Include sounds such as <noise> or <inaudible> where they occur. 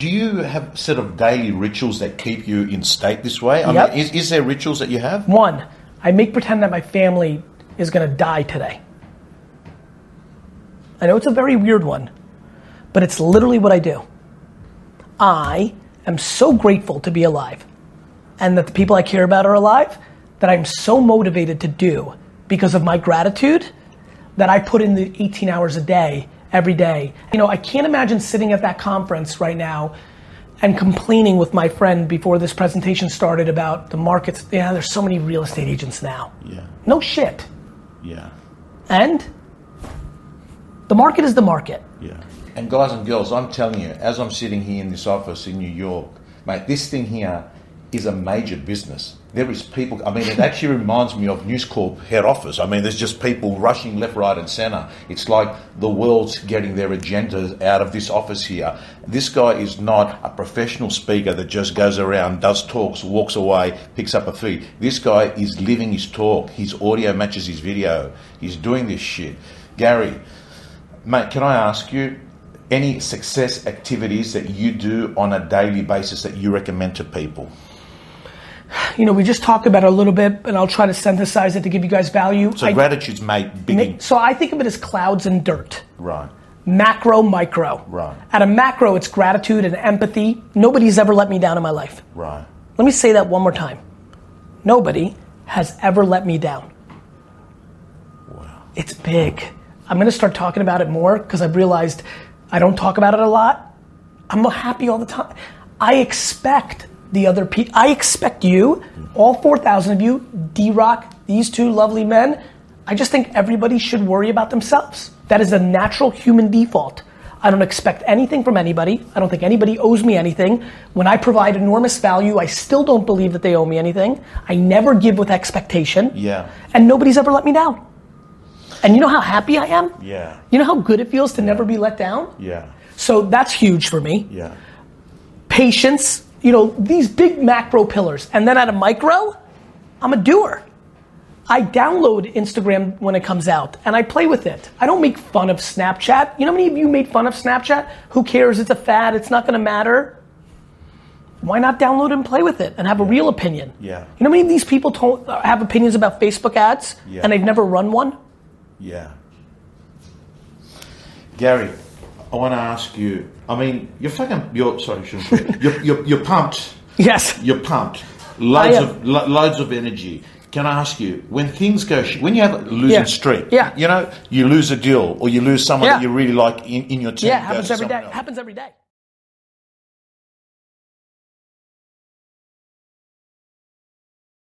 Do you have sort of daily rituals that keep you in state this way? I Yep. mean, is, is there rituals that you have? One, I make pretend that my family is gonna die today. I know it's a very weird one, but it's literally what I do. I am so grateful to be alive and that the people I care about are alive that I'm so motivated to do because of my gratitude that I put in the 18 hours a day, every day. You know, I can't imagine sitting at that conference right now and complaining with my friend before this presentation started about the markets. Yeah, there's so many real estate agents now. Yeah, No shit. yeah, And the market is the market. <sighs> yeah. And guys and girls, I'm telling you, as I'm sitting here in this office in New York, mate, this thing here is a major business. There is people. I mean, it actually reminds me of News Corp head office. I mean, there's just people rushing left, right, and center. It's like the world's getting their agendas out of this office here. This guy is not a professional speaker that just goes around, does talks, walks away, picks up a fee. This guy is living his talk. His audio matches his video. He's doing this shit. Gary, Mate, can I ask you any success activities that you do on a daily basis that you recommend to people? You know, we just talked about it a little bit, and I'll try to synthesize it to give you guys value. So I- gratitude's mate big so I think of it as clouds and dirt. right. macro, micro. Right. At a macro, it's gratitude and empathy. Nobody's ever let me down in my life. Right. Let me say that one more time. Nobody has ever let me down. Wow. It's big. I'm going to start talking about it more because I've realized I don't talk about it a lot. I'm happy all the time. I expect the other people, I expect you, all 4,000 of you, D Rock, these two lovely men. I just think everybody should worry about themselves. That is a natural human default. I don't expect anything from anybody. I don't think anybody owes me anything. When I provide enormous value, I still don't believe that they owe me anything. I never give with expectation. Yeah. And nobody's ever let me down. And you know how happy I am? Yeah. You know how good it feels to never be let down? Yeah. So that's huge for me Yeah. patience, you know, these big macro pillars. And then at a micro, I'm a doer. I download Instagram when it comes out and I play with it. I don't make fun of Snapchat. You know how many of you made fun of Snapchat? Who cares? It's a fad, it's not gonna matter. Why not download and play with it and have a real opinion? Yeah. You know how many of these people told, uh, have opinions about Facebook ads Yeah. and they've never run one? Yeah. Gary, I want to ask you. I mean, you're fucking. You're sorry. shouldn't say. You're, you're you're pumped. Yes. You're pumped. Loads am. of lo- loads of energy. Can I ask you when things go sh- when you have a losing Yeah. streak? Yeah. You know, you lose a deal or you lose someone Yeah. that you really like in, in your team. Yeah, go happens to every someone day. else. Happens every day.